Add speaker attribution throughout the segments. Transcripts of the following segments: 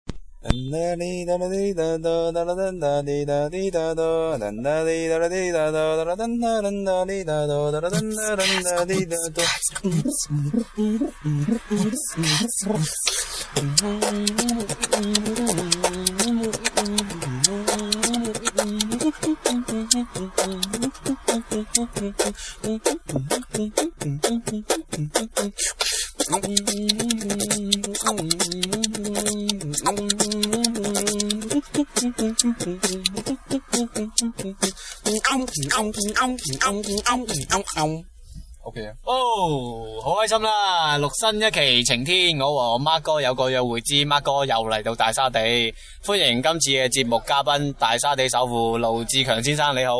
Speaker 1: 啊 OK 啊，
Speaker 2: 哦，好開心啦！錄新一期晴天，我和我 Mark 哥有個約會之 Mark 哥又嚟到大沙地，歡迎今次嘅節目嘉賓大沙地首富盧志強先生，你好。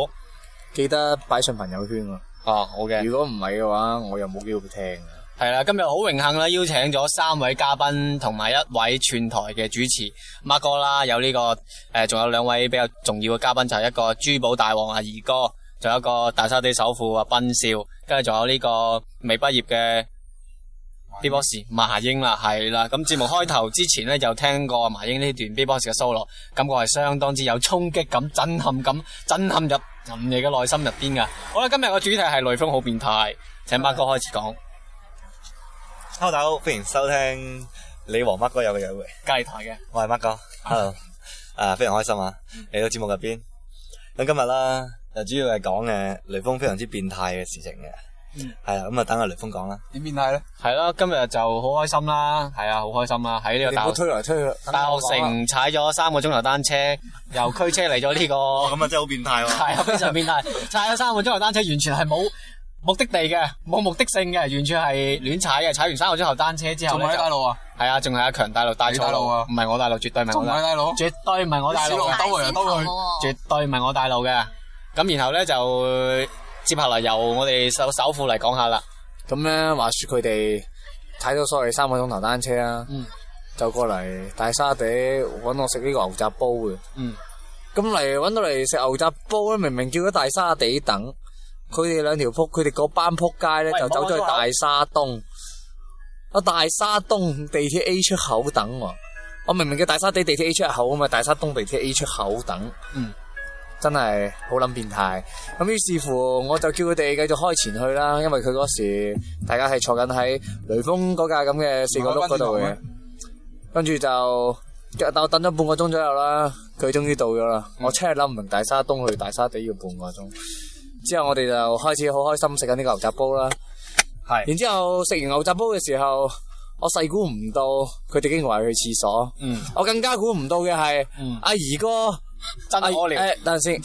Speaker 3: 記得擺上朋友圈啊！
Speaker 2: 哦，好嘅。
Speaker 3: 如果唔係嘅話，我又冇機會聽啊！
Speaker 2: 係啦，今日好榮幸啦，邀請咗三位嘉賓同埋一位串台嘅主持 Mark 哥啦，有呢、個誒，仲、有兩位比較重要嘅嘉賓，就係、一個珠寶大王阿二哥，仲有一個大沙地首富阿斌少，跟住仲有呢呃個未畢業嘅 B-box 麻英啦，係啦。咁節目開頭之前呢，就聽過麻英呢段 B-box 嘅 solo，感覺係相當之有衝擊感、震撼感、 震撼入人哋嘅內心入邊噶。好啦，今日嘅主題係雷鋒好變態，請 Mark 哥開始講。
Speaker 1: hello 大家好，歡迎收聽你和 Mark 哥有嘅約會，
Speaker 2: 隔離台嘅，
Speaker 1: 我係 Mark 哥，hello，啊非常開心啊，嚟到節目入邊，咁今日啦，就主要係講嘅雷鋒非常之變態嘅事情嘅，係啦，咁啊等阿雷鋒講啦，點變態咧？
Speaker 2: 係啦，今日就好開心啦，係啊，好開心啦，喺呢個
Speaker 3: 你唔
Speaker 2: 大
Speaker 3: 好
Speaker 2: 學
Speaker 3: 推來推去。
Speaker 2: 大
Speaker 4: 啊
Speaker 2: 學城踩咗三個鐘頭單車，由驅車嚟咗 呢個，
Speaker 1: 咁啊真係好變態喎，
Speaker 2: 係啊，非常變態，踩咗三個鐘頭單車，完全係冇目的地嘅，冇目的性嘅，完全係亂踩嘅，踩完三個鐘頭單車之後
Speaker 4: 仲
Speaker 2: 咧
Speaker 4: 喺
Speaker 2: 就
Speaker 4: 大路啊，
Speaker 2: 係啊，仲係阿強帶路帶
Speaker 4: 你
Speaker 2: 錯
Speaker 4: 帶
Speaker 2: 路
Speaker 4: 路啊
Speaker 2: 唔係我帶路，絕對唔係
Speaker 4: 仲
Speaker 2: 我
Speaker 4: 唔
Speaker 2: 帶
Speaker 4: 係
Speaker 2: 路，
Speaker 4: 大佬？
Speaker 2: 絕對唔係我帶路
Speaker 4: 你小
Speaker 2: 啊
Speaker 4: 龍。兜嚟啊兜去
Speaker 2: 絕對唔係我帶路嘅。咁然後咧就接下嚟由我哋首首富嚟講下啦。
Speaker 3: 咁咧，話說佢哋睇咗所謂三個鐘頭單車啦，
Speaker 2: 嗯
Speaker 3: 啊就過嚟大沙地揾我食呢個牛雜煲嘅。
Speaker 2: 嗯，
Speaker 3: 咁嚟揾到嚟食牛雜煲咧，明明叫咗大沙地等，佢哋兩條仆，佢哋嗰班仆街咧
Speaker 2: 喂
Speaker 3: 就走咗去
Speaker 2: 唔好講粗口
Speaker 3: 大沙東，啊大沙東地鐵 A 出口等我，我明明叫大沙地地鐵 A 出口啊嘛，大沙東地鐵 A 出口等，
Speaker 2: 嗯，
Speaker 3: 真係好撚變態。咁於是乎我就叫佢哋繼續開前去啦，因為佢嗰時大家係坐緊喺雷鋒嗰架咁嘅四個轆嗰度嘅，跟住就。但我等咗半個鐘左右啦，佢終於到咗啦。我真係諗唔明大沙東去大沙地要半個鐘。之後我哋就開始好開心食緊呢個牛雜煲啦。
Speaker 1: 係
Speaker 3: 然之後食完牛雜煲嘅時候，我細估唔到佢哋竟然話去廁所。
Speaker 2: 嗯
Speaker 3: 我更加估唔到嘅係
Speaker 2: 嗯，
Speaker 3: 阿怡哥
Speaker 2: 真
Speaker 3: 阿
Speaker 4: 哎
Speaker 2: 屙尿。
Speaker 3: 誒等陣先，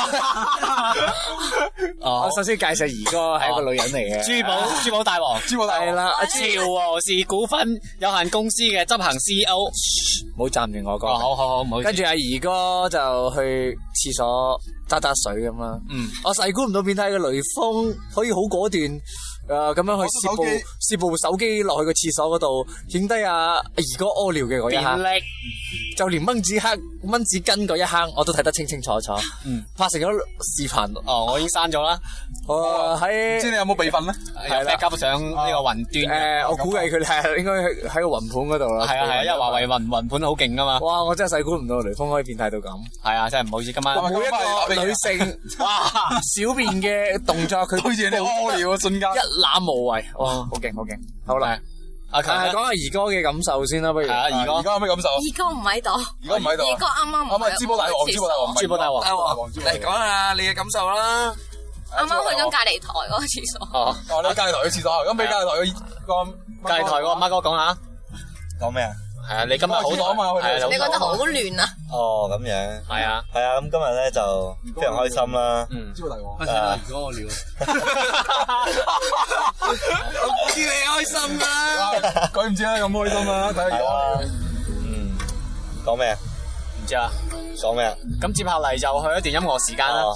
Speaker 2: 哦
Speaker 3: 我首先介紹怡哥係一個女人嚟嘅。啊
Speaker 2: 珠寶珠寶大王，
Speaker 4: 啊珠寶大
Speaker 3: 係啦，阿
Speaker 2: 潮和氏股份有限公司嘅執行 CEO。
Speaker 3: 冇站住我
Speaker 2: 哦，
Speaker 3: 講。
Speaker 2: 好好好，唔好意思
Speaker 3: 跟。住阿怡哥就去廁所揸揸水咁啦。
Speaker 2: 嗯，
Speaker 3: 我細估唔到變態嘅雷鋒可以好果斷，誒、咁樣去攝部
Speaker 4: 攞部手
Speaker 3: 攝部手機落去個廁所嗰度，影低阿阿兒哥屙尿嘅嗰一
Speaker 2: 電
Speaker 3: 刻，
Speaker 2: 力
Speaker 3: 就連蚊子黑蚊子巾嗰一刻我都睇得清清楚楚，
Speaker 2: 嗯
Speaker 3: 拍成咗視頻，
Speaker 2: 哦，我已經刪咗啦，啊
Speaker 3: 我
Speaker 4: 唔知
Speaker 3: 喺
Speaker 4: 你有冇備份咧？
Speaker 2: 有
Speaker 3: 啦
Speaker 2: backup 上呢個雲端嘅。
Speaker 3: 誒，呃我估計佢哋係應該喺喺個雲盤嗰度啦，
Speaker 2: 係啊係啊，因為華為雲雲盤好勁噶
Speaker 4: 哦
Speaker 2: 嘛。
Speaker 3: 哇！我真係細估唔到雷鋒可以變態到咁，
Speaker 2: 係啊，真係唔好意思，今晚
Speaker 4: 咁啊
Speaker 3: 每一個女 性
Speaker 2: 哇，
Speaker 3: 小便嘅動作佢
Speaker 4: 推住你屙尿啊！瞬間
Speaker 3: 一覽無遺，哇！ 好勁好勁，好啦
Speaker 2: 係，阿強
Speaker 3: 但係
Speaker 4: 啊
Speaker 2: 咧
Speaker 3: 講下兒哥嘅感受先啦，不如
Speaker 2: 係。啊，
Speaker 4: 而
Speaker 2: 二哥
Speaker 4: 家有咩感受？
Speaker 5: 二哥唔喺度，
Speaker 1: 哦
Speaker 4: 而家唔喺度
Speaker 5: 二哥
Speaker 4: 啊！
Speaker 5: 啱啱唔
Speaker 4: 啱
Speaker 5: 喺
Speaker 4: 啊！
Speaker 5: 度
Speaker 4: 珠寶大王，珠寶大王，
Speaker 2: 珠寶大王
Speaker 4: 珠寶大王，珠寶大王。
Speaker 3: 下你嘅感 受啦。
Speaker 5: 啱啱去咗隔離台嗰個廁所。
Speaker 2: 哦，
Speaker 4: 哦，你隔離台去廁所，咁俾隔離台個
Speaker 2: 隔離台嗰個 Mark 哥講下。
Speaker 1: 講咩啊？
Speaker 2: 係啊，你今日好
Speaker 4: 我見到啊嘛佢哋
Speaker 2: 係啊
Speaker 5: 你覺得好亂啊？
Speaker 1: 哦咁樣，
Speaker 2: 係 啊，
Speaker 1: 係啊，咁今日咧就非常開心啦，
Speaker 2: 嗯，
Speaker 4: 珠寶大王。
Speaker 1: 啊
Speaker 3: 如果我料，我知你開心啦。
Speaker 4: 佢唔知啦，咁開心啦，睇佢
Speaker 1: 係
Speaker 4: 講。
Speaker 1: 啦，嗯，講咩啊？
Speaker 2: 唔知啊。
Speaker 1: 講咩啊？
Speaker 2: 咁接下嚟就去一段音樂時間啦。
Speaker 1: 哦，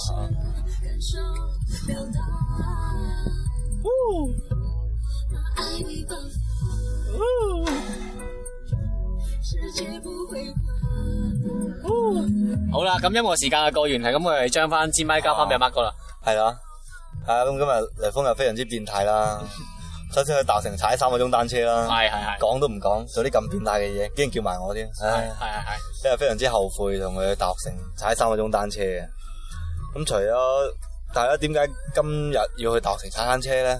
Speaker 2: 好啦，咁音樂時間嘅過完係咁，我哋將翻支咪交翻俾阿 Mark 哥啦。
Speaker 1: 啊係啦，係啊，咁今日雷鋒又非常之變態啦，首先去大城踩三個鐘單車啦，
Speaker 2: 係係係
Speaker 1: 講都唔講，做啲咁變態嘅嘢，竟然叫埋我添，
Speaker 2: 係
Speaker 1: 唉，
Speaker 2: 係係
Speaker 1: 真係非常之後悔同佢去大學城踩三個鐘單車嘅。咁除咗大家點解今日要去大學城踩單車咧？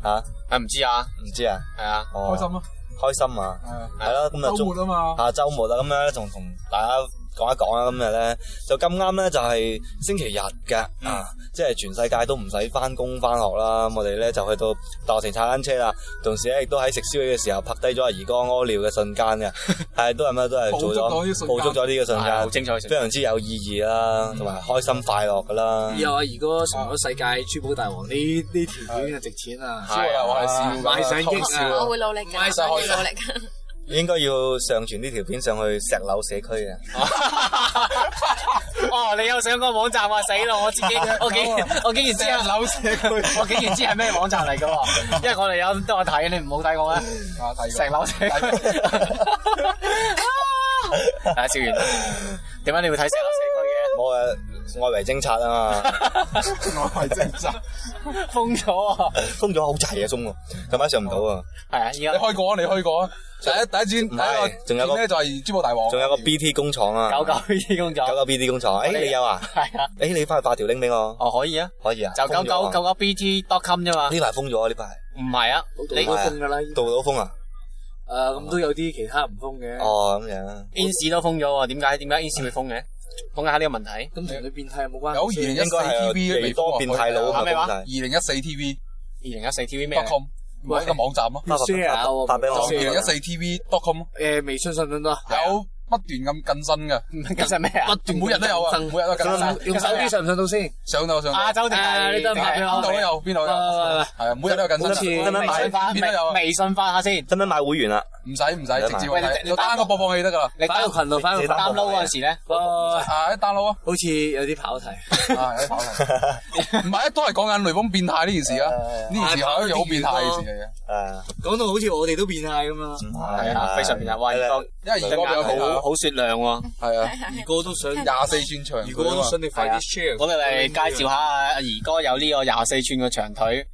Speaker 1: 吓、
Speaker 2: 啊唔知啊，
Speaker 1: 唔知啊，
Speaker 2: 係啊，
Speaker 1: 哦
Speaker 4: 開心，咯，
Speaker 1: 開心啊！
Speaker 4: 係啊
Speaker 1: 系啦，咁就
Speaker 4: 周末啊嘛，
Speaker 1: 下周末啦，咁咧仲同大家講一講啦。今日咧就咁啱咧，就係星期日嘅啊，即係全世界都唔使翻工翻學啦。咁我哋咧就去到大學城踩單車啦，同時咧亦都喺食宵夜嘅時候拍低咗阿怡哥屙尿嘅瞬間嘅，係都係咩都係做咗捕
Speaker 4: 捕捉到呢
Speaker 1: 捉咗呢個
Speaker 4: 個瞬間
Speaker 1: 瞬
Speaker 2: 係好
Speaker 1: 間，
Speaker 2: 精彩 嘅瞬
Speaker 1: 非
Speaker 2: 間
Speaker 1: 常之有意義啦，同埋開心快樂噶啦。
Speaker 3: 以後阿怡哥成咗世界珠寶大王，呢呢條件就值錢啊！
Speaker 4: 超啊，我係笑㗎
Speaker 3: 買上億
Speaker 4: 偷笑
Speaker 3: 啊
Speaker 5: 我會努力嘅，
Speaker 4: 咪就係
Speaker 5: 我會努力嘅。
Speaker 1: 應該要上傳呢條片上去石樓社區嘅。
Speaker 2: 哦，你有上個網站啊，死咯！我自己，我竟我竟然知啊，
Speaker 4: 扭社區
Speaker 2: 我竟然知係咩網站嚟噶 喎，因為我哋有得我睇，你唔好睇我啦，
Speaker 4: 啊，第
Speaker 2: 成
Speaker 4: 二個
Speaker 2: 樓睇。啊，笑完啦，點解你會睇成 樓
Speaker 1: 我嘅外圍偵察啊嘛。
Speaker 4: 我係正責，
Speaker 2: 社區嘅？封咗啊！
Speaker 1: 封咗好滯啊，封喎，近排上唔到啊。
Speaker 2: 係啊，依家
Speaker 4: 你去過啊，你去過啊，第一第一轉
Speaker 1: 唔係
Speaker 4: 第一個
Speaker 1: 仲有個
Speaker 4: 轉咧就係珠寶大王，
Speaker 1: 仲有個 BT 工廠啊，
Speaker 2: 九九呢工
Speaker 1: 九
Speaker 2: 作
Speaker 1: 九 BT 工廠，
Speaker 2: 我
Speaker 1: 誒
Speaker 2: 哋
Speaker 1: 你有啊？
Speaker 2: 係啊，
Speaker 1: 誒你翻去發條 link 俾我，
Speaker 2: 哦可以啊，
Speaker 1: 可以啊？
Speaker 2: 就九
Speaker 1: 封咗
Speaker 2: 九
Speaker 1: 啊
Speaker 2: 九九 BT dot com 啫嘛，
Speaker 1: 呢排封咗啊，呢排
Speaker 2: 唔係啊，
Speaker 3: 你
Speaker 2: 你
Speaker 3: 都封噶啦，
Speaker 1: 杜到封啊？
Speaker 3: 誒咁都有啲其他唔封嘅，
Speaker 1: 哦咁樣，
Speaker 2: ins 都封咗喎，點解點解 ins 會封嘅？講解下呢個問題。
Speaker 3: 咁同你變態有冇關係？
Speaker 4: 有二零一
Speaker 1: 應
Speaker 4: 四
Speaker 1: 該係
Speaker 4: TV
Speaker 1: 地方變態佬咁
Speaker 2: 咩
Speaker 1: 啊，
Speaker 2: 話
Speaker 1: 封
Speaker 4: 二零一四 TV
Speaker 2: 二零一四 TV 咩啊
Speaker 4: dot？com，唔係一個網站咯，
Speaker 1: 晒
Speaker 3: share 啊我
Speaker 1: 發俾我
Speaker 4: 二零一
Speaker 1: 啊，
Speaker 4: 四 TV dot com 咯
Speaker 3: 誒微信信唔信多？
Speaker 4: 有不斷咁更新嘅，
Speaker 2: 唔係咁係咩啊
Speaker 3: 不？斷
Speaker 4: 每日都有啊，每日都更新，
Speaker 3: 用手機上唔上到先？
Speaker 4: 上到上到
Speaker 2: 亞洲定係
Speaker 3: 誒你得唔得俾我
Speaker 4: 邊度都有，邊度都有，
Speaker 3: 喂
Speaker 4: 係啊，每日都有更
Speaker 3: 好似
Speaker 4: 新，
Speaker 1: 得唔得
Speaker 2: 微信
Speaker 1: 買？
Speaker 2: 化
Speaker 4: 邊都有啊
Speaker 2: 微微信化下先。
Speaker 1: 得唔得買會員啊？
Speaker 4: 唔使唔使，直接
Speaker 2: 喂你
Speaker 4: 睇，
Speaker 2: 你
Speaker 4: 就 down 個播放器得噶啦，
Speaker 2: 你
Speaker 3: 翻個
Speaker 2: down-
Speaker 3: 群度，翻個
Speaker 1: 你
Speaker 3: 群
Speaker 1: 打
Speaker 2: download 嗰陣時咧，
Speaker 3: 哇
Speaker 4: 啊 download 啊。
Speaker 3: 好似有啲跑題。
Speaker 4: 啊！有啲跑題唔係，都係講緊雷鋒變態呢件事啊！呢件事係一件好變態嘅事嚟
Speaker 1: 誒，
Speaker 4: 嘅，
Speaker 3: 講到好似我哋都變態咁啊！
Speaker 2: 啊係啊，非常變態。哇，
Speaker 1: 係
Speaker 2: 而
Speaker 1: 啦
Speaker 2: 家
Speaker 4: 因為
Speaker 2: 隻
Speaker 4: 如果比較
Speaker 2: 眼好
Speaker 4: 好，
Speaker 2: 好雪亮喎。
Speaker 4: 係啊，
Speaker 3: 如果都想，
Speaker 4: 廿四寸長
Speaker 3: 如果都
Speaker 4: 佢啊
Speaker 3: 想你快啲 share。
Speaker 2: 我哋嚟介紹下阿怡哥有呢個廿四寸嘅長 腿，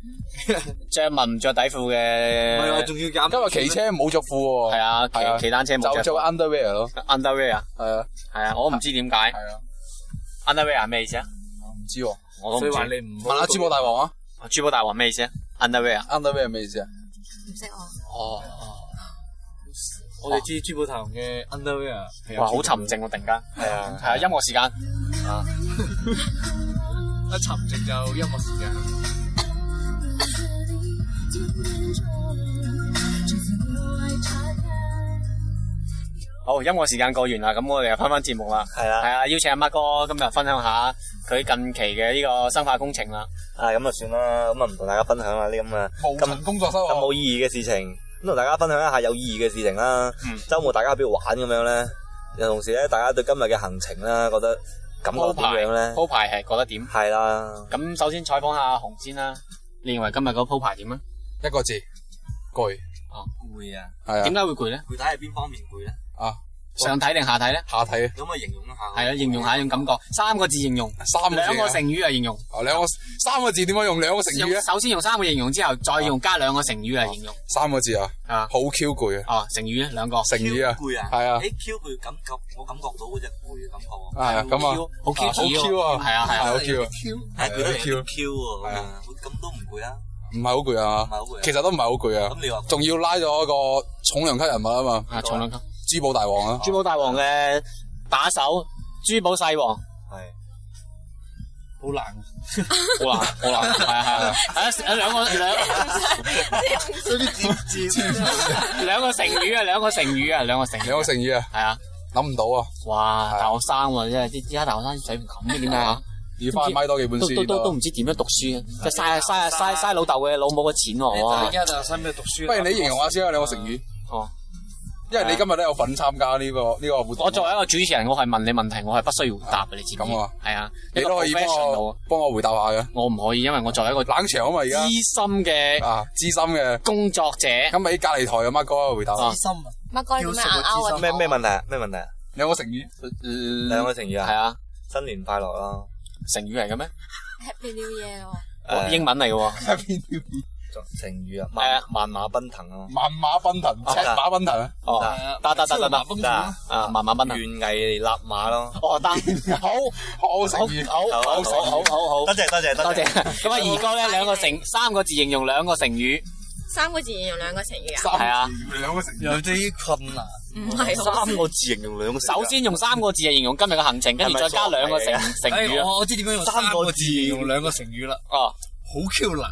Speaker 2: 着文唔着底褲
Speaker 3: 唔係話
Speaker 2: 嘅。
Speaker 3: 仲要減。
Speaker 4: 嘛，今日騎車冇着褲喎，
Speaker 2: 係啊，
Speaker 4: 係啊
Speaker 2: 騎騎單車冇
Speaker 4: 就
Speaker 2: 着
Speaker 4: 着 underwear 咯，
Speaker 2: underwear 啊。
Speaker 4: 係啊，
Speaker 2: 係啊，我唔知點解
Speaker 4: 係啊，
Speaker 2: underwear 係咩意思啊？
Speaker 4: 唔知喎，
Speaker 2: 我
Speaker 3: 所
Speaker 2: 都
Speaker 3: 以
Speaker 2: 唔
Speaker 3: 話
Speaker 2: 知。
Speaker 3: 你唔
Speaker 4: 問下珠寶大王啊
Speaker 2: 珠寶大王咩意思啊？underwear
Speaker 4: ，underwear 咩意思啊？
Speaker 5: 唔識我，
Speaker 2: 哦，
Speaker 3: 我哋知珠寶堂嘅 underwear 係啊有
Speaker 2: 哇，好沉靜喎，突然間。
Speaker 1: 係啊，
Speaker 2: 係啊，音樂時間。
Speaker 3: 一沉靜就音樂時間。
Speaker 2: 好，音樂時間過完啦，咁我哋又翻翻節目啦。
Speaker 1: 係
Speaker 2: 係
Speaker 1: 啦，
Speaker 2: 啊，邀請阿 Mark 哥今日分享下佢近期嘅呢個生化工程啦。
Speaker 1: 啊咁就算啦，咁啊唔同大家分享啦呢咁啊
Speaker 4: 無塵工作室
Speaker 1: 咁
Speaker 4: 喎，
Speaker 1: 冇意義嘅事情，咁同大家分享一下有意義嘅事情啦
Speaker 2: 嗯。
Speaker 1: 周末大家去邊度玩咁樣咧，又同時咧大家對今日嘅行程啦，覺得感覺
Speaker 2: 鋪
Speaker 1: 點
Speaker 2: 排
Speaker 1: 樣咧？
Speaker 2: 鋪排係覺得點？
Speaker 1: 係啦。
Speaker 2: 咁首先採訪下紅先啦，你認為今日個鋪排點啊？
Speaker 4: 一個字攰，
Speaker 1: 攰啊！
Speaker 4: 係啊
Speaker 2: 點，解會攰咧？
Speaker 1: 具體係邊方面攰咧？
Speaker 4: 啊
Speaker 2: 上體定下體咧？
Speaker 4: 下體
Speaker 1: 咁啊，形容一下。
Speaker 2: 係啊，形容下呢種感覺，三個字形容，
Speaker 4: 三個字
Speaker 2: 兩個成
Speaker 4: 啊，
Speaker 2: 語嚟形容。
Speaker 4: 啊兩個三個字點樣用兩個成語啊咧
Speaker 2: 用？首先用三個形容之後，再用加兩個成語嚟形容。
Speaker 4: 三個字啊，
Speaker 2: 啊，
Speaker 4: 好 Q 攰啊，
Speaker 2: 哦，成語咧兩個。
Speaker 4: 成語啊，
Speaker 1: 攰啊！
Speaker 4: 係啊。
Speaker 1: 誒 Q 佢感覺，我感覺到嗰只攰嘅感覺喎。
Speaker 4: 係啊，咁啊，
Speaker 2: 好 Q，
Speaker 4: 好 Q 啊，
Speaker 2: 係啊係啊
Speaker 4: 好 Q 啊，
Speaker 1: 係攰得嚟
Speaker 4: Q
Speaker 1: Q 喎，
Speaker 4: 係
Speaker 1: 咁
Speaker 4: 啊
Speaker 1: 啊咁都唔攰啊！
Speaker 4: 唔係好攰
Speaker 1: 唔係好
Speaker 4: 啊
Speaker 1: 攰啊，
Speaker 4: 其實都唔係好攰啊，
Speaker 1: 咁你話
Speaker 4: 仲要拉咗個重量級人物啊嘛，
Speaker 2: 啊，重量級。
Speaker 4: 珠寶大王啊，
Speaker 2: 珠寶大王嘅打手，珠寶細王。
Speaker 1: 係
Speaker 3: 好難。
Speaker 2: 好難，好難，係 啊係啊，係啊啊兩個兩兩個成語啊，兩個成語啊，兩個成
Speaker 4: 兩
Speaker 2: 語
Speaker 4: 個
Speaker 2: 啊，
Speaker 4: 成語啊，
Speaker 2: 係啊，
Speaker 4: 諗唔到啊，
Speaker 2: 哇，大學生喎，真係啲而家大學生水平咁嘅點解啊？
Speaker 4: 要翻買多幾本
Speaker 2: 都都
Speaker 4: 書
Speaker 2: 都都
Speaker 4: 咯。
Speaker 2: 唔知點樣讀書啊，就嘥嘥嘥嘥老豆嘅老母嘅錢喎，哇！
Speaker 3: 家大學生咩讀書
Speaker 4: 不如你形容下先啊，兩個成語，
Speaker 2: 哦，
Speaker 4: 因為你今日都有份參加呢個呢個活動，
Speaker 2: 我作為一個主持人，我係問你問題，我係不需要回答嘅，你知唔知？
Speaker 4: 咁啊
Speaker 2: 係啊，
Speaker 4: 你都可以
Speaker 2: 一個
Speaker 4: 幫
Speaker 2: professional，
Speaker 4: 我幫我回答下嘅，
Speaker 2: 我唔可以，因為我作為一個
Speaker 4: 冷場啊嘛而家
Speaker 2: 資深嘅
Speaker 4: 啊，資深嘅，
Speaker 2: 工作者，
Speaker 4: 咁喺隔離台嘅 Mark 哥回答
Speaker 2: 啊
Speaker 3: 心啊！
Speaker 5: 乜哥你咁樣硬拗啊？
Speaker 1: 咩咩問題啊？咩問題啊？
Speaker 4: 兩個成語，
Speaker 1: 兩個成語
Speaker 2: 呃係
Speaker 1: 啊！
Speaker 2: 啊，
Speaker 1: 新年快樂啦！
Speaker 2: 成語嚟嘅咩？哦
Speaker 5: Happy New Year 喎，
Speaker 1: 誒
Speaker 2: 英文嚟嘅喎。
Speaker 1: 成語啊，萬萬馬奔騰啊，
Speaker 4: 萬馬奔騰，
Speaker 1: 啊
Speaker 4: 赤馬奔騰啊！
Speaker 2: 哦，得得得得得，
Speaker 1: 得啊，
Speaker 2: 啊，慢慢問啊，
Speaker 1: 懸崖勒馬咯。
Speaker 2: 哦得，
Speaker 4: 好好成
Speaker 2: 好
Speaker 4: 語，
Speaker 3: 啊
Speaker 1: 哦
Speaker 2: 好好好好好好
Speaker 1: 多，謝多謝
Speaker 2: 多謝。
Speaker 1: 謝。
Speaker 2: 咁啊，兒哥咧兩個成三個字形容兩個成語，
Speaker 5: 三個字形容兩個成語啊？
Speaker 4: 三
Speaker 2: 係啊
Speaker 4: 字兩個成語。
Speaker 1: 有啲困難，
Speaker 5: 唔係好
Speaker 1: 個字形容兩個
Speaker 2: 首先用三個字嚟形容今日嘅行程，跟住再加兩個成成
Speaker 3: 哎
Speaker 2: 語啊，
Speaker 3: 我我知點樣用
Speaker 1: 三個
Speaker 3: 三個字
Speaker 1: 字
Speaker 3: 用兩個成語啦，
Speaker 2: 哦
Speaker 3: 哎好 Q 難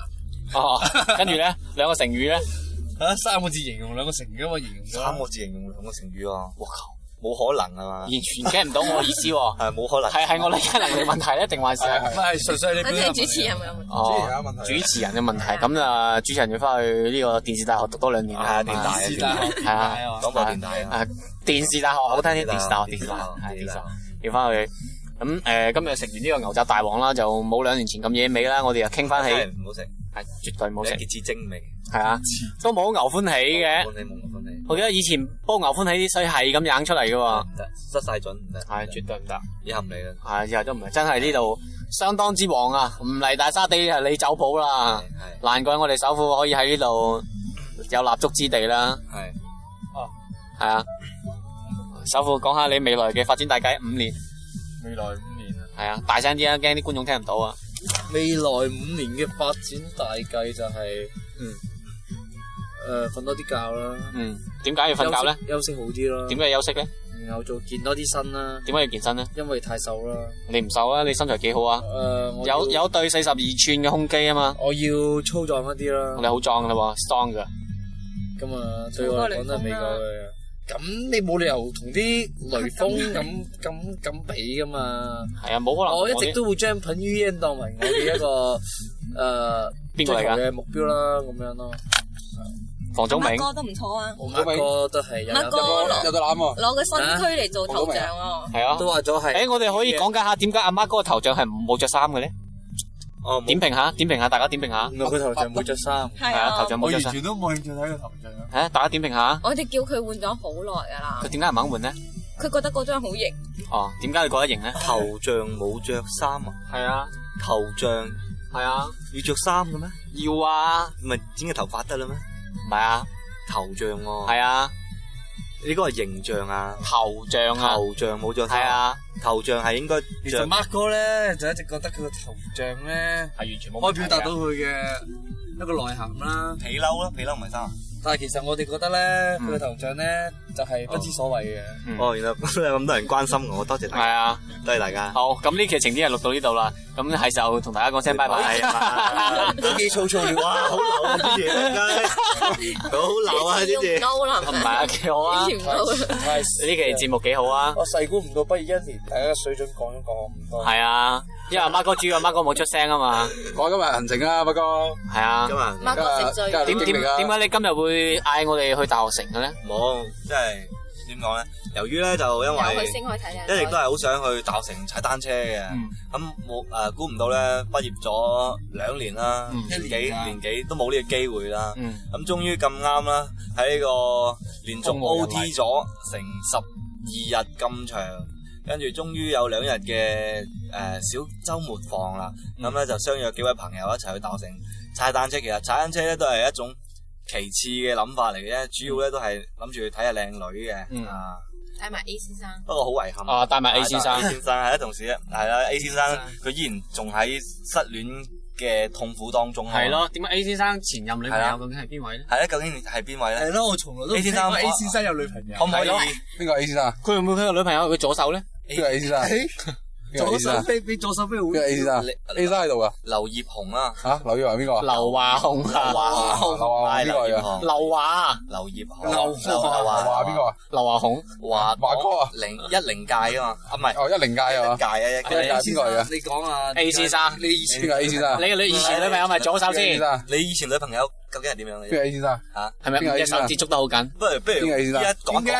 Speaker 2: 哦，跟住咧兩個成語咧，
Speaker 3: 啊！三個字形容兩個成語啊嘛，形容咗
Speaker 1: 三個字形容兩個成語啊！我靠，冇可能啊嘛
Speaker 2: 完，全 get 唔到我意思喎，
Speaker 1: 係冇可能。
Speaker 2: 係係我理解能力問題咧，定還是哦係？
Speaker 3: 唔啊係純粹你
Speaker 5: 肯
Speaker 3: 表
Speaker 5: 定
Speaker 3: 達
Speaker 5: 係主持人有問
Speaker 4: 主持人有問題啊
Speaker 2: 主持人嘅 問題，咁啊，主持人要翻去呢個電視大學讀多兩年
Speaker 1: 係啊，
Speaker 2: 啦。
Speaker 1: 電大啊
Speaker 3: 文字
Speaker 1: 電
Speaker 3: 大
Speaker 1: 大
Speaker 3: 學，
Speaker 2: 係啊，
Speaker 1: 廣播電台啊
Speaker 2: 啊，電視大學好聽啲，電視大學，電視大學，
Speaker 1: 電
Speaker 2: 係電視
Speaker 1: 視
Speaker 2: 啊大
Speaker 1: 大
Speaker 2: 學，要翻去。咁誒，今日食完呢個牛雜大王啦，就冇兩年前咁野味啦。我哋又傾翻起，
Speaker 1: 真係唔好食，
Speaker 2: 係絕對冇食
Speaker 1: 你，結至精味。
Speaker 2: 係啊，都冇牛歡喜嘅。
Speaker 1: 歡喜冇歡喜，
Speaker 2: 我記得以前煲牛歡喜啲水係咁硬出嚟嘅喎，
Speaker 1: 唔得，失晒準唔得。
Speaker 2: 係絕對唔得，
Speaker 1: 以含你啦。
Speaker 2: 係以後都唔係真係呢度相當之旺啊！唔嚟大沙地係你走寶
Speaker 1: 係
Speaker 2: 啦，難怪我哋首富可以喺呢度有立足之地啦。
Speaker 1: 係
Speaker 2: 系啊，首富讲下你未来嘅发展大计五年，
Speaker 3: 未來五年啊，
Speaker 2: 系啊，大声啲啊，惊啲观众听唔到啊。
Speaker 3: 未來五年嘅發展大計就係
Speaker 2: 嗯
Speaker 3: 誒瞓多啲覺啦，
Speaker 2: 嗯，點解要瞓覺咧？
Speaker 3: 休息，休息好啲啦，
Speaker 2: 點解要休息咧？
Speaker 3: 然後做健多啲身啦，
Speaker 2: 點解要健身咧？
Speaker 3: 因為太瘦啦，
Speaker 2: 你唔瘦啊，你身材幾好啊，
Speaker 3: 誒、我要
Speaker 2: 有有對四十二寸嘅胸肌啊嘛，
Speaker 3: 我要粗壯一啲啦
Speaker 2: 你，好壯噶啦喎，strong 噶。
Speaker 3: 咁啊對我嚟講都係美國嘅。咁你冇理由同啲雷鋒 咁咁咁比噶嘛？
Speaker 2: 係啊，冇可能。
Speaker 3: 我一直都會將彭于晏當為我嘅 一個誒
Speaker 2: 邊
Speaker 3: 追
Speaker 2: 個
Speaker 3: 求
Speaker 2: 嚟㗎
Speaker 3: 嘅目標啦，咁樣咯。
Speaker 2: 房祖名
Speaker 5: 乜歌都唔錯啊！
Speaker 3: 我孖哥都係有
Speaker 5: 乜歌
Speaker 4: 有個有個攬喎，
Speaker 5: 攞個身軀嚟做頭像喎，
Speaker 2: 係啊
Speaker 3: 都。話咗係
Speaker 2: 誒，我哋可以講解下點解阿媽哥個頭像係冇着衫嘅咧？
Speaker 1: 哦，冇
Speaker 2: 點評下，點評下，大家點評下。
Speaker 3: 原來佢頭像冇着衫，
Speaker 5: 係
Speaker 2: 係啊，頭
Speaker 5: 啊！
Speaker 2: 像冇
Speaker 4: 我
Speaker 2: 着
Speaker 4: 完
Speaker 2: 衫。
Speaker 4: 全都冇興趣睇佢頭像啊！
Speaker 2: 係啊，大家點評下，
Speaker 5: 我哋叫佢換咗好耐㗎啦
Speaker 2: 佢，點解唔肯換咧？
Speaker 5: 佢覺得嗰張好型，
Speaker 2: 哦，點解你覺得型咧？
Speaker 1: 頭像冇着衫啊！
Speaker 2: 係啊，
Speaker 1: 頭像
Speaker 2: 係啊，
Speaker 1: 要着衫嘅咩？
Speaker 2: 要啊，
Speaker 1: 咪剪個頭髮得啦咩？
Speaker 2: 唔係啊，
Speaker 1: 頭像喎，
Speaker 2: 係啊。
Speaker 1: 你嗰個係形象啊，
Speaker 2: 头像啊，
Speaker 1: 頭像冇着
Speaker 2: 系
Speaker 1: 衫，，
Speaker 2: 啊，
Speaker 1: 頭像係應該
Speaker 3: 其實
Speaker 1: 着。
Speaker 3: 孖哥咧就一直覺得佢個頭像咧
Speaker 2: 系完全冇
Speaker 3: 可以表達到佢嘅一個內涵啦。
Speaker 1: 皮褸啦，皮褸唔係衫啊。
Speaker 3: 但係其實我哋覺得咧，佢個頭像咧就係不知所謂嘅。
Speaker 2: 嗯
Speaker 1: 哦，原來有咁多人關心我，多謝
Speaker 2: 系
Speaker 1: 大家，
Speaker 2: 啊，
Speaker 1: 多謝大家。
Speaker 2: 好，咁呢期情天日錄到呢度啦，咁係時候同大家講 聲拜拜。
Speaker 3: 都幾粗糙了，
Speaker 1: 哇，好流啊啲嘢，大家好流啊啲
Speaker 5: 用
Speaker 1: 嘢。
Speaker 5: 刀啦，
Speaker 2: 唔係啊，幾好啊，
Speaker 5: 以
Speaker 2: 呢
Speaker 5: 前唔到啦，
Speaker 3: 太
Speaker 2: 期節目幾好啊，
Speaker 3: 我細估唔到畢業一年，大家嘅水準講都講唔多。
Speaker 2: 係啊，因為孖哥主要孖哥冇出聲啊嘛，
Speaker 4: 我今日行程啊，不過
Speaker 2: 係啊
Speaker 1: 今。日
Speaker 5: 孖哥食醉，
Speaker 2: 點
Speaker 4: 點
Speaker 2: 點
Speaker 4: 經歷啊
Speaker 2: 點解你今日會嗌我哋去大學城嘅咧？
Speaker 1: 冇，即係點講咧？由於咧就因
Speaker 5: 有去
Speaker 1: 為
Speaker 5: 星海睇睇，
Speaker 1: 一直都係好想去大學城踩單車嘅。
Speaker 2: 嗯，
Speaker 1: 咁冇誒，估唔到咧，畢業咗兩年啦，
Speaker 2: 嗯
Speaker 1: 年幾年幾都冇呢個機會啦。
Speaker 2: 嗯，
Speaker 1: 咁終於咁啱啦，喺呢個連續
Speaker 2: 風和日
Speaker 1: OT 咗成十二日咁長，跟住終於有兩日嘅誒小週末放啦。
Speaker 2: 嗯
Speaker 1: 咁咧、就相約幾位朋友一齊去大學城踩單車。其實踩單車咧都係一種其次嘅諗法嚟嘅啫，主要咧都係諗住去睇下靚女嘅、
Speaker 2: 嗯
Speaker 1: 啊。
Speaker 5: 帶埋 A 先生，
Speaker 1: 不過好遺憾。
Speaker 2: 啊，帶埋 A 先生
Speaker 1: A 先生係啦，同時咧係啦，A 先生佢依然仲喺失戀嘅痛苦當中啊
Speaker 2: 係，咯，點解 A 先生前任女朋友究竟係邊位咧？
Speaker 1: 係咧，究竟係邊位咧？
Speaker 3: 係咯，我從來都
Speaker 1: A 先生
Speaker 3: 聽過 A 先生有女朋友
Speaker 1: 可。唔可以
Speaker 2: 係咯
Speaker 4: 邊個 A 先生啊？
Speaker 2: 佢會唔會佢個女朋友係佢左手咧？
Speaker 4: 邊個 A 先生啊？邊個 A 先生啊？
Speaker 3: 臂比左手臂好
Speaker 4: 邊個 A 先生啊？A 先生喺度噶
Speaker 1: 劉業雄啊？
Speaker 4: 嚇？劉耀華邊個啊？
Speaker 2: 劉華雄啊，
Speaker 1: 哇
Speaker 4: 劉華
Speaker 1: 係
Speaker 4: 邊
Speaker 1: 劉
Speaker 4: 個
Speaker 1: 業
Speaker 4: 嚟噶？
Speaker 1: 雄，
Speaker 2: 劉華，
Speaker 1: 劉業雄，
Speaker 3: 劉
Speaker 1: 劉劉
Speaker 4: 劉華
Speaker 1: 華
Speaker 4: 邊個啊？
Speaker 2: 劉華雄，
Speaker 1: 華
Speaker 4: 華哥啊
Speaker 1: 零一零屆啊嘛，啊唔係
Speaker 4: 哦，一零屆啊
Speaker 1: 一
Speaker 4: 嘛
Speaker 1: 屆。啊一
Speaker 4: 一零
Speaker 1: 屆
Speaker 4: 屆。邊個嚟噶？
Speaker 3: 你講
Speaker 1: 哎
Speaker 3: 啊
Speaker 2: A 哎先生
Speaker 3: 你以前
Speaker 4: 邊個 A 先生啊？
Speaker 2: 你你以前女朋友咪左手
Speaker 4: 邊個 A
Speaker 2: 先
Speaker 4: 先？生啊？
Speaker 1: 你以前女朋友究竟係點樣
Speaker 4: 邊個
Speaker 1: 嘅？
Speaker 4: A 先生啊？
Speaker 2: 係咪
Speaker 4: 邊
Speaker 2: 五隻
Speaker 4: 個 A 先
Speaker 2: 手
Speaker 4: 啊
Speaker 2: 指捉得好緊？
Speaker 1: 不如不如
Speaker 4: 邊個 A
Speaker 1: 依
Speaker 4: 先生
Speaker 1: 家講講下
Speaker 3: 點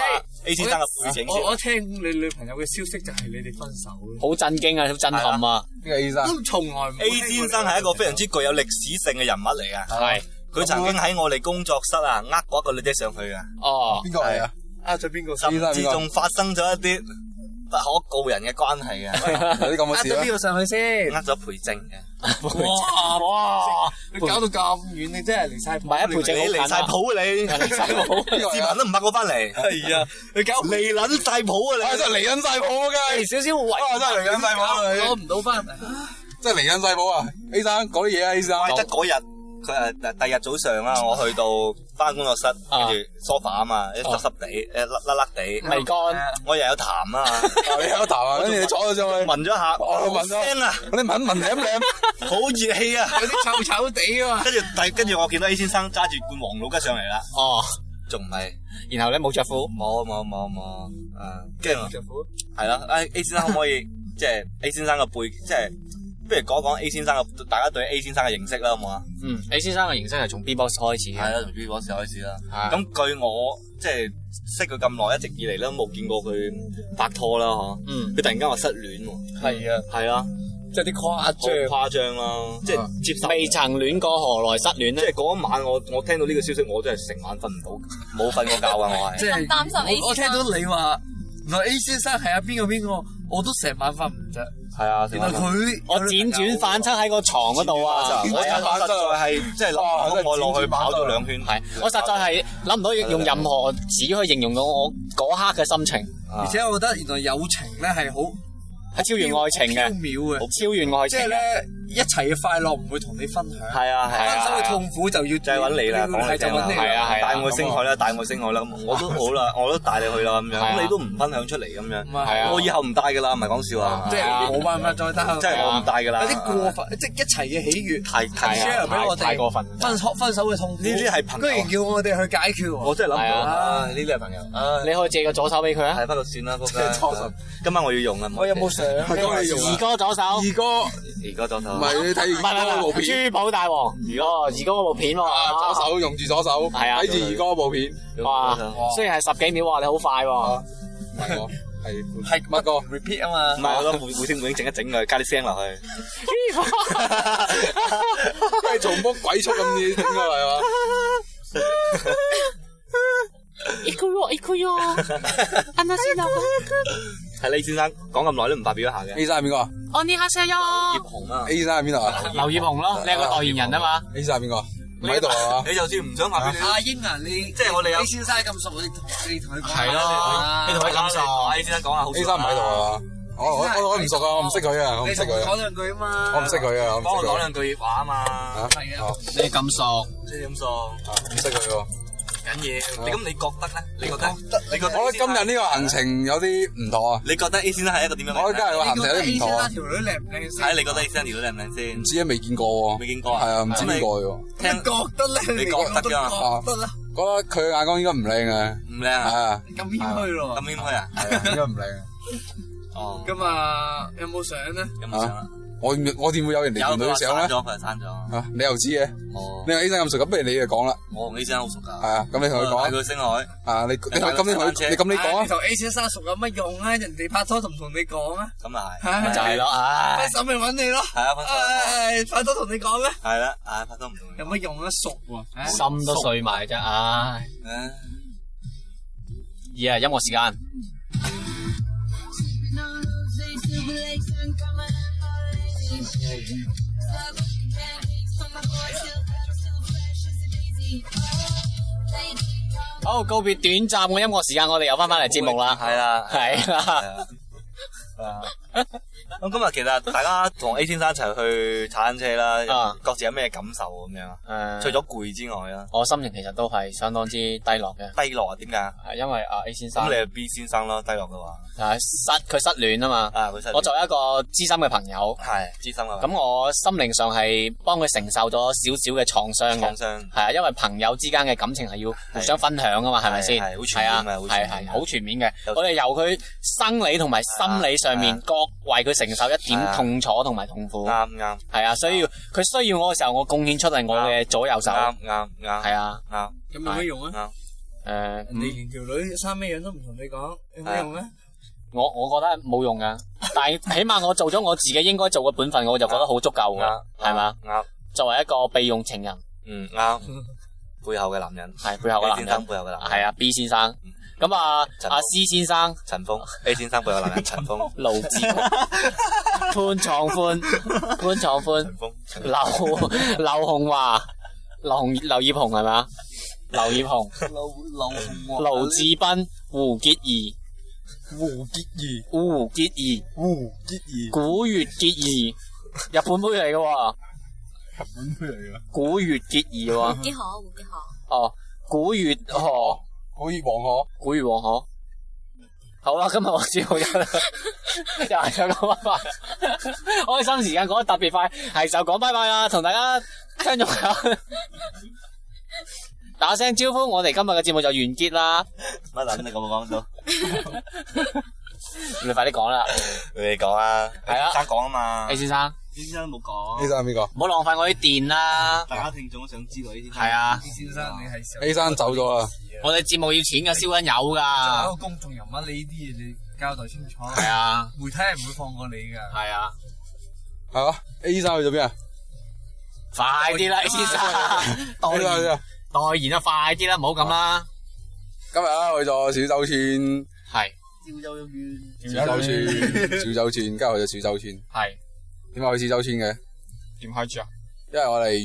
Speaker 1: A 先生嘅背景
Speaker 3: 我
Speaker 1: 先。
Speaker 3: 我聽你女朋友嘅消息就係你哋分手嘅，
Speaker 2: 好震驚啊！好震撼啊！
Speaker 4: 邊個 A 先生啊？
Speaker 3: 都從來冇
Speaker 1: A 先生係一個非常之具有歷史性嘅人物嚟㗎。
Speaker 2: 係
Speaker 1: 佢曾經喺我哋工作室啊，呃過一個女仔上去嘅，
Speaker 2: 哦，
Speaker 4: 邊個嚟啊？
Speaker 3: 啊，咗邊個
Speaker 4: 啊
Speaker 3: 上？
Speaker 4: 邊
Speaker 1: 甚
Speaker 4: 個
Speaker 1: 至仲發生咗一啲不可告人嘅關係嘅，
Speaker 4: 有啲咁
Speaker 3: 啊，
Speaker 4: 嘅事
Speaker 3: 咗邊
Speaker 4: 咩？
Speaker 3: 個上去先？
Speaker 1: 呃咗培正嘅，
Speaker 2: 哇哇！
Speaker 3: 你搞到咁遠，你真係離晒譜。
Speaker 2: 唔係一培正
Speaker 1: 你
Speaker 2: 好
Speaker 1: 離
Speaker 2: 近
Speaker 1: 晒
Speaker 2: 啊
Speaker 1: 譜啊你，
Speaker 2: 離晒 譜
Speaker 4: à?
Speaker 1: 志文都唔拍我翻嚟，
Speaker 3: 係啊，你搞
Speaker 1: 離撚晒譜啊
Speaker 4: 唉
Speaker 1: 你
Speaker 4: 真。係離緊晒譜啊，
Speaker 6: 嚟
Speaker 4: 梗
Speaker 6: 少少位，
Speaker 4: 係，哇真係離緊晒譜啊你，
Speaker 3: 攞唔到翻嚟。
Speaker 4: 真係離緊晒譜啊！A 生講啲嘢啊，A 生，
Speaker 1: 得嗰日，佢誒第日早上啦，我去到翻工作室，跟住 sofa 啊嘛，一濕濕地，誒甩甩甩地，
Speaker 2: 未
Speaker 3: À.
Speaker 2: 干，
Speaker 1: 我又有痰啊嘛，
Speaker 4: 你喺度談啊，跟住你坐咗上去，
Speaker 1: 聞咗下，
Speaker 4: 我聞咗
Speaker 1: 聲啊，
Speaker 4: 你聞一聞舐一舐，
Speaker 1: 好熱氣啊！
Speaker 3: 有啲臭臭地啊嘛，
Speaker 1: 跟住第跟住我見到 A 先生揸住罐黃老吉上嚟啦，
Speaker 2: 哦，
Speaker 1: 仲唔係？
Speaker 2: 然後咧冇着褲，
Speaker 1: 冇冇冇冇，誒，跟住我係咯，誒 A 先生可唔可以 即係 A 先生嘅背，即係不如講講 A 先生嘅，大家對 A 先生嘅認識啦，好唔好啊？
Speaker 2: 嗯，A 先生嘅形式係從 B-box 開始
Speaker 1: 係
Speaker 2: 嘅，
Speaker 1: 啦，從 B 嗰時開始啦。
Speaker 2: 啊
Speaker 1: 咁據我即係識佢咁耐，一直以嚟都冇見過佢拍拖啦，嗬。
Speaker 2: 嗯，
Speaker 1: 佢突然間話失戀喎，
Speaker 3: 係啊，
Speaker 1: 係啦，
Speaker 3: 即係啲誇
Speaker 1: 好
Speaker 3: 張。
Speaker 1: 誇張啦，即係接受。
Speaker 2: 未曾戀過何來失戀
Speaker 1: 即
Speaker 2: 呢？
Speaker 1: 係嗰一晚我我聽到呢個消息，我真係成晚瞓唔到，冇瞓過覺啊！我係
Speaker 3: 即係
Speaker 5: 咁擔心 A
Speaker 3: 我我聽
Speaker 5: 先生
Speaker 3: 到你話，原來 A 先生係啊邊個邊個，我都成晚瞓唔着。
Speaker 1: 係啊，成
Speaker 3: 原來
Speaker 1: 晚瞓
Speaker 3: 佢
Speaker 2: 我輾轉反側喺個床嗰度啊，
Speaker 1: 我真係
Speaker 4: 反
Speaker 1: 實
Speaker 4: 側啊
Speaker 1: 在係哦即係
Speaker 4: 哇真
Speaker 1: 諗
Speaker 4: 係
Speaker 1: 我落去
Speaker 4: 輾轉反
Speaker 1: 跑
Speaker 4: 側
Speaker 1: 咗
Speaker 4: 啊
Speaker 1: 兩圈，係
Speaker 2: 我實在係諗唔到用任何詞去形容到我嗰刻嘅心情，
Speaker 1: 啊
Speaker 3: 而且我覺得原來友情咧係好
Speaker 2: 係超越愛情啊
Speaker 3: 縹
Speaker 2: 嘅，
Speaker 3: 緲嘅，
Speaker 2: 超越愛
Speaker 3: 即
Speaker 2: 情
Speaker 3: 係
Speaker 2: 嘅。
Speaker 3: 咧一齊嘅快樂唔會同你分享，
Speaker 1: 係啊係
Speaker 3: 分手嘅
Speaker 1: 啊。
Speaker 3: 痛苦就要
Speaker 1: 就係揾你啦，講
Speaker 3: 係
Speaker 1: 你
Speaker 3: 就
Speaker 1: 聽啦，
Speaker 3: 揾你
Speaker 2: 係啊
Speaker 3: 啦，
Speaker 2: 係啊
Speaker 1: 帶我星海啦，帶我星海啦，咁我都好啦，我都帶你去啦，咁樣，
Speaker 2: 係啊
Speaker 1: 咁你都唔分享出嚟咁樣，
Speaker 2: 係啊
Speaker 1: 我以後唔帶噶啦，唔係講笑啊，
Speaker 3: 即係冇辦法再得，啊
Speaker 1: 即係啊我唔帶噶啦，
Speaker 3: 有啲過分，即係一齊嘅喜悅，
Speaker 1: 太太
Speaker 2: 係啊
Speaker 3: share 俾我哋
Speaker 2: 太太過分
Speaker 3: 分手分手嘅痛苦，
Speaker 1: 呢啲係朋友啊
Speaker 3: 居然叫我哋去解決喎，
Speaker 1: 我真係諗唔
Speaker 2: 係
Speaker 1: 到
Speaker 2: 啊
Speaker 1: 啊，呢啲係朋友，啊，
Speaker 2: 你可以借個左手俾佢啊，
Speaker 1: 係不過算啦，仆
Speaker 3: 真係錯神
Speaker 1: 街，今晚我要用啊，
Speaker 3: 我有冇想？
Speaker 2: 啊二哥左手，
Speaker 4: 二哥唔
Speaker 1: 而家左手啊？
Speaker 4: 係你睇
Speaker 2: 唔係
Speaker 4: 二哥嗰
Speaker 2: 唔
Speaker 4: 部
Speaker 2: 係，
Speaker 4: 片
Speaker 2: 珠寶大王，哦，二哥嗰部片
Speaker 4: 啊，
Speaker 2: 喎，
Speaker 4: 左手用住左手，
Speaker 2: 係啊
Speaker 4: 睇住二哥嗰部片，
Speaker 1: 左手
Speaker 2: 哇，雖然係十幾秒，哇，你好快喎，
Speaker 4: 唔係我係
Speaker 3: 係
Speaker 4: 乜哥？
Speaker 3: repeat 啊嘛
Speaker 1: 唔。係，我覺得背背聲背影整一整佢，加啲聲落去，
Speaker 4: 佢係重複鬼畜咁樣整過嚟嘛？
Speaker 1: 係李先生講咁耐都唔發表一下嘅，
Speaker 4: A 生係邊個啊
Speaker 1: 葉紅啊，
Speaker 4: ？A 生係邊度啊
Speaker 2: 劉業紅咯，你係個代言人啊嘛，
Speaker 4: ？A 生係邊個？唔喺度啊嘛？
Speaker 1: 你就算唔想發表，
Speaker 3: 阿英啊，你
Speaker 1: 即係我哋有
Speaker 3: A 先生咁熟，你同你同佢講
Speaker 2: 係咯
Speaker 3: 你
Speaker 2: 你同佢感受啊
Speaker 1: 李先生講下好
Speaker 4: 呢三唔喺度啊！我我我我唔熟啊，我唔識佢啊，我唔
Speaker 3: 你
Speaker 4: 識
Speaker 3: 同
Speaker 4: 佢
Speaker 3: 佢
Speaker 4: 啊
Speaker 3: 講，兩句啊嘛。
Speaker 4: 我唔識佢啊，我唔
Speaker 1: 幫我
Speaker 4: 識
Speaker 1: 講
Speaker 4: 佢啊
Speaker 1: 兩句葉話啊嘛，
Speaker 4: 啊，
Speaker 3: 係啊，
Speaker 2: 你咁熟，
Speaker 1: 即係咁數。
Speaker 4: 啊唔識佢喎。
Speaker 1: 緊要。你咁你覺得咧？你覺得？你覺得？
Speaker 4: 我覺得今日呢個行程有啲唔妥啊！
Speaker 1: 你覺得 A 先生係一個點樣嘅
Speaker 4: 我
Speaker 1: 人
Speaker 4: 覺得
Speaker 1: 咧？
Speaker 4: 今
Speaker 3: 你覺得 A 先
Speaker 4: 日個行程有啲唔妥啊
Speaker 3: 生！條女靚唔靚先？
Speaker 1: 係你覺得 A 先生條女靚唔靚
Speaker 4: 唔
Speaker 1: 先？
Speaker 4: 知啊，未見過喎。
Speaker 1: 未見過啊
Speaker 4: 係啊，唔知見過喎。
Speaker 1: 聽
Speaker 3: 你覺得咧？
Speaker 1: 你覺得㗎
Speaker 3: 我都覺得啦，
Speaker 4: 覺得佢眼光應該唔靚啊，
Speaker 1: 唔靚啊？
Speaker 4: 啊，
Speaker 3: 咁謙虛
Speaker 1: 咁
Speaker 3: 咯。
Speaker 1: 謙虛啊？
Speaker 4: 係啊應該唔靚啊。
Speaker 1: 哦，
Speaker 3: 咁啊，有冇相咧？
Speaker 1: 有冇相啊？
Speaker 4: 我我點會有人
Speaker 1: 有
Speaker 4: 哋見到啲相
Speaker 1: 刪
Speaker 4: 咧？
Speaker 1: 咗，佢就刪咗。
Speaker 4: 啊，你又知嘅？
Speaker 1: 哦
Speaker 4: 你，話 A 生咁熟，咁不如你就講啦。
Speaker 1: 我同 A 先生好熟㗎。
Speaker 4: 係啊，咁你同佢
Speaker 1: 嗌
Speaker 4: 講
Speaker 1: 佢星海，
Speaker 4: 啊，你你今
Speaker 1: 嗌佢
Speaker 4: 你
Speaker 1: 踩
Speaker 4: 同
Speaker 1: 單車
Speaker 4: 佢你咁你講
Speaker 3: 唉
Speaker 4: 啊
Speaker 3: 你。同 A 先生熟有乜用啊？人哋拍拖同唔同你講啊？
Speaker 1: 咁啊
Speaker 3: 唉
Speaker 1: 係，
Speaker 2: 就係咯，唉
Speaker 3: 分，手咪揾你咯。
Speaker 1: 係啊分手
Speaker 3: 唉拍拖同你講咩？
Speaker 1: 係啦，唉，拍拖唔同
Speaker 3: 有
Speaker 1: 嘅。
Speaker 3: 乜用啊？熟喎。唉
Speaker 2: 心都碎埋啫，唉，
Speaker 1: 唉
Speaker 2: 而係音樂時間。好，告別短暫嘅音樂時間，我哋又翻返嚟節目啦，
Speaker 1: 係啦，
Speaker 2: 係 啦，
Speaker 1: 係啊。咁今日其實大家同 A 先生一齊去踩單車啦
Speaker 2: 啊，
Speaker 1: 各自有咩感受咁樣啊？
Speaker 2: 誒，
Speaker 1: 除咗攰之外啦，
Speaker 2: 我心情其實都係相當之低落嘅，
Speaker 1: 低落啊點解啊？
Speaker 2: 係因為阿 A 先生
Speaker 1: 咁你係 B 先生咯，低落嘅話，
Speaker 2: 啊失佢失戀啊嘛，
Speaker 1: 啊，佢實
Speaker 2: 我作為一個資深嘅朋友，
Speaker 1: 係資深啊嘅
Speaker 2: 咁我心靈上係幫佢承受咗少少嘅創傷
Speaker 1: 創
Speaker 2: 嘅。
Speaker 1: 傷，
Speaker 2: 係啊，因為朋友之間嘅感情係要互相分享啊噶嘛，係咪先？
Speaker 1: 係係好全
Speaker 2: 係
Speaker 1: 面
Speaker 2: 啊，
Speaker 1: 嘅好全面嘅啊
Speaker 2: 係係好全面嘅
Speaker 1: 有。
Speaker 2: 我哋由佢生理同埋心理上面
Speaker 1: 啊
Speaker 2: 各為佢承受一
Speaker 1: 係
Speaker 2: 點
Speaker 1: 啊
Speaker 2: 痛楚同埋痛苦。
Speaker 1: 啱啱
Speaker 2: 係啊，需要佢需要我嘅時候，我貢獻出係我
Speaker 1: 啊
Speaker 2: 嘅左右手。
Speaker 1: 啱啱啱
Speaker 2: 係啊，嗯
Speaker 1: 啱，
Speaker 3: 咁有乜用啊？
Speaker 2: 誒，
Speaker 3: 你連條女生咩樣都唔同你講，有乜用啊？
Speaker 2: 我我覺得冇用噶，但係起碼我做咗我自己應該做嘅本分，我就覺得好足夠
Speaker 1: 啱
Speaker 2: 噶，係嘛？？
Speaker 1: 啱，
Speaker 2: 作為一個備用情人，
Speaker 1: 嗯啱，背後嘅男人，
Speaker 2: 係背後嘅
Speaker 1: 先
Speaker 2: 男
Speaker 1: 生
Speaker 2: 人，
Speaker 1: 背後嘅男人，
Speaker 2: 係啊 B 先生，咁啊，
Speaker 1: 陳
Speaker 2: 阿
Speaker 1: 浩
Speaker 2: C 先生、
Speaker 1: 陈峰 A 先生背後男人陳 峰，
Speaker 2: 卢志國潘創歡、潘創歡
Speaker 1: 陳、峰，陳峰
Speaker 2: 劉劉洪華、劉洪劉業雄係咪啊？劉業雄、盧志斌、胡潔儀、胡潔儀、古月潔儀，日本妹嚟嘅喎，古月潔儀喎，
Speaker 5: 胡可，胡可，
Speaker 2: 哦，古月哦河。古月王河。好啦，今日我知好 咗啦，又系想講拜拜。開心時間過得特別快，係就講拜拜啦，同大家相擁下，打聲招呼，我哋今日嘅節目就完結啦。
Speaker 1: 乜撚你咁講到？
Speaker 2: 你快啲講啦
Speaker 1: 你哋講啊，
Speaker 2: 係啊
Speaker 1: 先生講啊嘛
Speaker 2: ，A，先生，
Speaker 1: 先生冇講，
Speaker 2: 唔好浪費我啲電啦。
Speaker 1: 大家聽眾都想知道呢啲。
Speaker 2: 係啊，我哋節目要錢噶，燒緊油
Speaker 7: 啊
Speaker 2: 噶。係啊，係啊，快啲啦，A 先生，代言代言啊，快啲啦，唔好咁啦。
Speaker 4: 啊
Speaker 2: 係係點開始啊？
Speaker 4: 因為我哋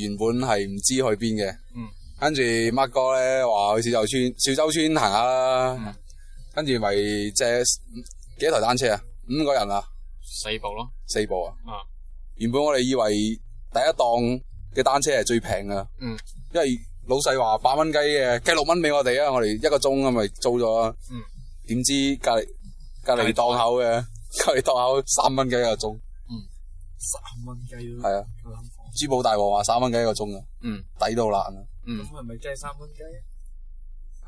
Speaker 4: 原本係唔知去邊嘅，
Speaker 2: 嗯，
Speaker 4: 跟住乜哥咧話去小洲村，小洲村行下
Speaker 2: 嗯
Speaker 4: 啦，跟住咪借幾多台單車啊？五個人啊，
Speaker 2: 四部咯。
Speaker 4: 四部啊，
Speaker 2: 啊
Speaker 4: 原本我哋以為第一檔嘅單車係最平噶，
Speaker 2: 嗯，
Speaker 4: 因為老細話八蚊雞嘅，計六蚊俾我哋啊，我哋一個鐘咁咪租咗啊，
Speaker 2: 嗯，
Speaker 4: 點知隔離隔離檔口嘅，隔嗯離檔口三蚊雞一個鐘，係啊，珠寶大王話三蚊雞一個鐘啊，
Speaker 2: 嗯，
Speaker 4: 抵到爛啊！系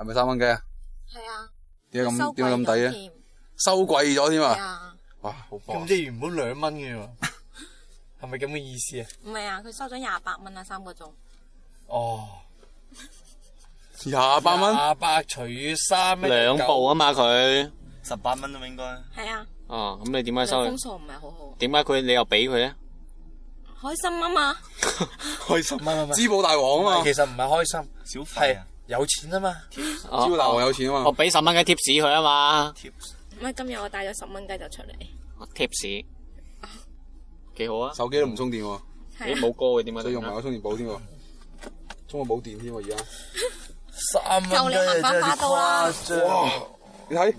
Speaker 4: 咪三蚊雞啊？
Speaker 5: 系啊，
Speaker 4: 點解
Speaker 5: 收
Speaker 4: 咁點解咁
Speaker 5: 貴咗
Speaker 4: 抵啊？
Speaker 5: 添
Speaker 4: 收貴咗添
Speaker 5: 係
Speaker 4: 啊！
Speaker 5: 啊，
Speaker 4: 哇，好搏啊！
Speaker 5: 唔係啊，佢收咗廿八蚊啊，三個鐘。
Speaker 7: 哦
Speaker 4: 廿八蚊，
Speaker 2: 兩部啊嘛佢，
Speaker 1: 十八蚊啊嘛應該。
Speaker 5: 係啊，
Speaker 2: 哦，咁你點解
Speaker 5: 兩
Speaker 2: 收
Speaker 5: 封
Speaker 2: 佢？
Speaker 5: 數唔係好好，
Speaker 2: 點解佢你又俾佢咧？啊
Speaker 5: 開心啊嘛。
Speaker 4: 珠寶大王啊嘛，
Speaker 1: 小費啊，
Speaker 4: 珠寶大王
Speaker 2: 哦
Speaker 4: 有錢啊
Speaker 2: 我
Speaker 4: 嘛，
Speaker 2: 俾十蚊嘅 tips 佢啊嘛
Speaker 5: 唔係今日我帶咗十蚊雞就出嚟，
Speaker 2: ，tips 幾好啊！
Speaker 4: 手機都唔充電喎，
Speaker 2: 咦
Speaker 5: 係啊，
Speaker 2: 冇歌嘅點解？
Speaker 4: 所以用埋個充電寶添喎，充個冇電添喎而家。
Speaker 5: 夠你行翻花都啦。
Speaker 4: 你睇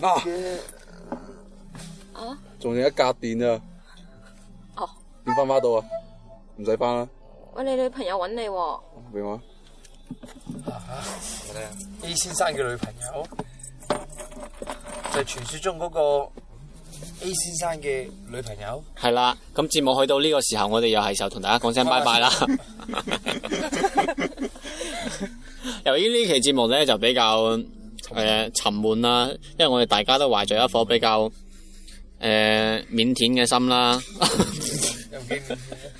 Speaker 4: 啊，
Speaker 5: 哦
Speaker 4: 仲有一格電啊，
Speaker 5: 哦，
Speaker 4: 點翻返到啊？唔使翻啦，
Speaker 5: 喂，你女朋友揾你喎，
Speaker 4: 俾我啊。
Speaker 2: 係啦，咁節目去到呢個時候，我哋又係時候同大家講聲拜拜 啦。由於呢期節目咧就比較誒、呃沉悶啦，因為我哋大家都懷着一顆比較誒、呃、腼腆嘅心啦。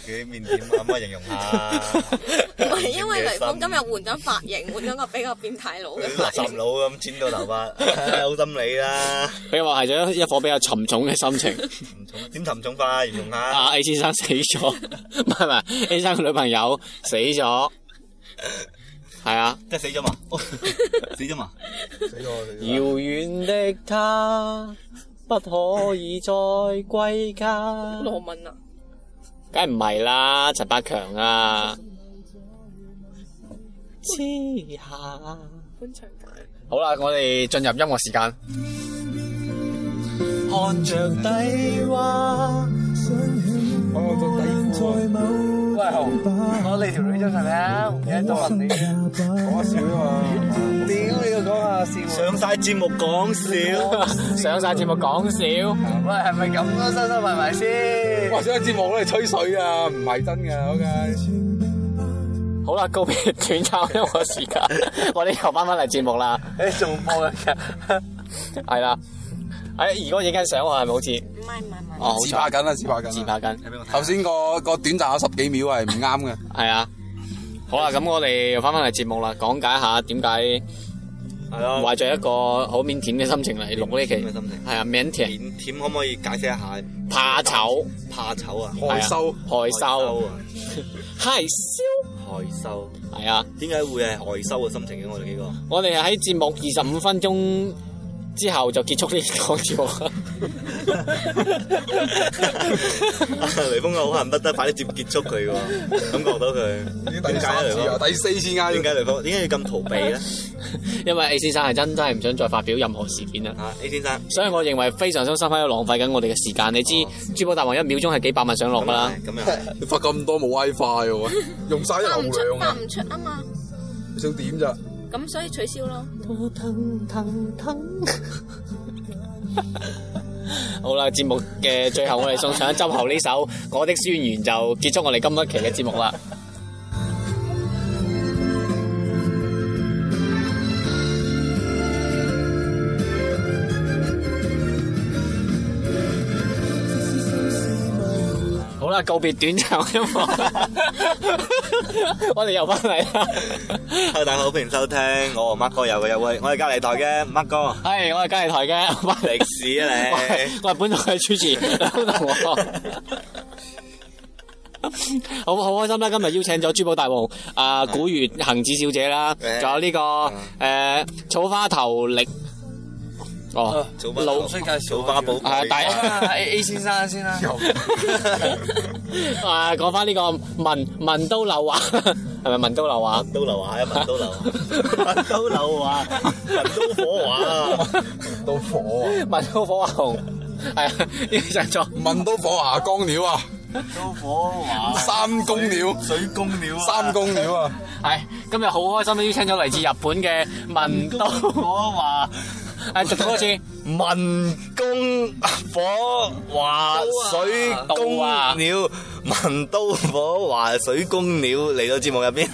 Speaker 1: 幾面點啊？乜形容 下？
Speaker 5: 唔係 因為雷鋒今日換咗髮型，換咗個比較變態佬嘅髮
Speaker 1: 垃圾
Speaker 5: 型。
Speaker 1: 佬咁剪到頭髮，唉 好心理啦。
Speaker 2: 比較懷咗一顆比較沉重嘅心 情。
Speaker 1: 唔重點沉重化形容下。
Speaker 2: 啊 A 先生死咗，唔係唔係 A 先生嘅女朋友死咗，係啊。
Speaker 1: 即係死咗嘛？ 哦死咗嘛？
Speaker 2: 遙遠的他不可以再歸家。
Speaker 5: 羅文啊，
Speaker 2: 梗係唔係啦，陳百強啊。之下，
Speaker 5: 潘長佳。
Speaker 2: 好啦，我哋進入音樂時間。看着低洼，
Speaker 1: 上晒節目講笑，
Speaker 2: 上晒節目講笑，
Speaker 4: 哇！上個節目咧吹水啊，唔係真㗎，OK。
Speaker 2: 好啦，告別短暫音樂時間，我哋又翻返嚟節目啦。
Speaker 1: 啊
Speaker 2: 係啦，哎，如果影緊相我係咪好似？
Speaker 5: 唔係唔係唔係，
Speaker 2: 哦，好
Speaker 4: 自拍
Speaker 2: 彩
Speaker 4: 緊啊，自拍緊啊。
Speaker 2: 自拍緊。
Speaker 4: 頭先個個短暫有十幾秒係唔啱嘅。
Speaker 2: 係啊，好啦，咁我哋又翻返嚟節目啦，講解下點解
Speaker 1: 係咯。
Speaker 2: 懷着一個好腼腆嘅心情嚟錄呢期。
Speaker 1: 咩心情
Speaker 2: 係啊，
Speaker 1: 點
Speaker 2: 腼腆、
Speaker 1: 點可唔可以解釋一下？
Speaker 2: 怕醜、
Speaker 1: 怕醜啊，
Speaker 4: 害羞
Speaker 2: 害羞、
Speaker 1: 啊，
Speaker 2: 害羞、
Speaker 1: 害羞，
Speaker 2: 系啊，
Speaker 1: 點解會係害羞嘅心情嘅？我哋幾 個
Speaker 2: 我哋喺節目二十五分鐘之後就結束呢個節目。
Speaker 1: 雷鋒啊好恨不得快啲接結束佢喎，感覺到佢點解雷鋒？
Speaker 4: 第四次嗌
Speaker 1: 點解雷鋒？點解要咁逃避咧？
Speaker 2: 因為 A 先生係真真係唔想再發表任何事件啦。
Speaker 1: 啊，A 先生，
Speaker 2: 所以我認為非常傷心，喺度浪費緊我哋嘅時間。你知珠寶大王一秒鐘係幾百萬上落
Speaker 1: 咁
Speaker 2: 㗎啦，
Speaker 1: 又係咁又係
Speaker 4: 你發咁多冇 WiFi 喎，用晒
Speaker 5: 答
Speaker 4: 啲
Speaker 5: 唔
Speaker 4: 流
Speaker 5: 出，
Speaker 4: 量
Speaker 5: 答
Speaker 4: 啊！
Speaker 5: 唔出啊嘛，
Speaker 4: 你想點咋？
Speaker 5: 咁所以取消咯。
Speaker 2: 好啦，節目嘅最後我哋送上周後呢首《我的宣言》，就結束我哋今一期嘅節目啦。好啦，告別短暫音樂，我哋又翻嚟啦。
Speaker 1: Hello，大家好，歡迎收聽我和 Mark 哥有嘅有位，我係隔離台嘅 Mark 哥，
Speaker 2: 係，我係嘉利台嘅，翻嚟
Speaker 1: 歷史
Speaker 2: 我
Speaker 1: 啊
Speaker 2: 係
Speaker 1: 你。
Speaker 2: 我係本台嘅主持梁同學。好好開心啦！今日邀請咗珠寶大王啊、古月恒子小姐啦，
Speaker 1: 誒
Speaker 2: 仲有呢、個誒、草花頭力 哦，
Speaker 1: 做乜
Speaker 2: 老
Speaker 7: 需介紹
Speaker 1: 做花寶貝
Speaker 2: 啊大
Speaker 7: 啊，A 先生先啦，
Speaker 2: 啊講翻呢個文文都流話 係咪文都流話？
Speaker 1: 都流下，一文都流下，文都流下，文都火話啊！
Speaker 4: 到火啊！
Speaker 2: 文都火華紅係啊，呢個就係作
Speaker 4: 問到火牙光鳥啊，
Speaker 1: 都火話，
Speaker 4: 三公鳥，
Speaker 1: 水公鳥啊，
Speaker 4: 三公鳥啊！
Speaker 2: 係今日好開心邀請咗嚟自日本嘅文都火 華，係讀多一次。
Speaker 1: 民工火華水公鳥，民都火華水公鳥嚟到節目入邊，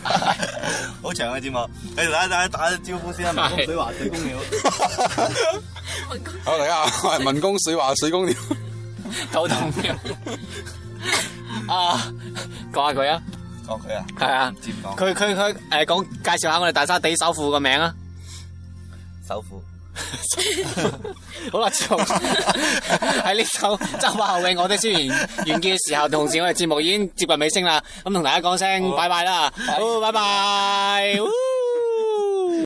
Speaker 1: 好長嘅節目，你同大家打打招呼先啦，民工水華水公鳥。
Speaker 4: 好，大家好，我係民工水華水公鳥。
Speaker 2: 肚痛啊！講下佢啊，
Speaker 1: 哦，佢啊，
Speaker 2: 係啊，
Speaker 1: 接講
Speaker 2: 佢佢佢誒講介紹下我哋大沙地首富個名啊！
Speaker 1: 首富。
Speaker 2: 好啦，節目喺呢首《周華後永我的宣言》完結嘅時候，同時 à. Ừ, 我哋節目已經接近尾聲啦，咁同大家講聲拜拜啦，好，拜拜。嗚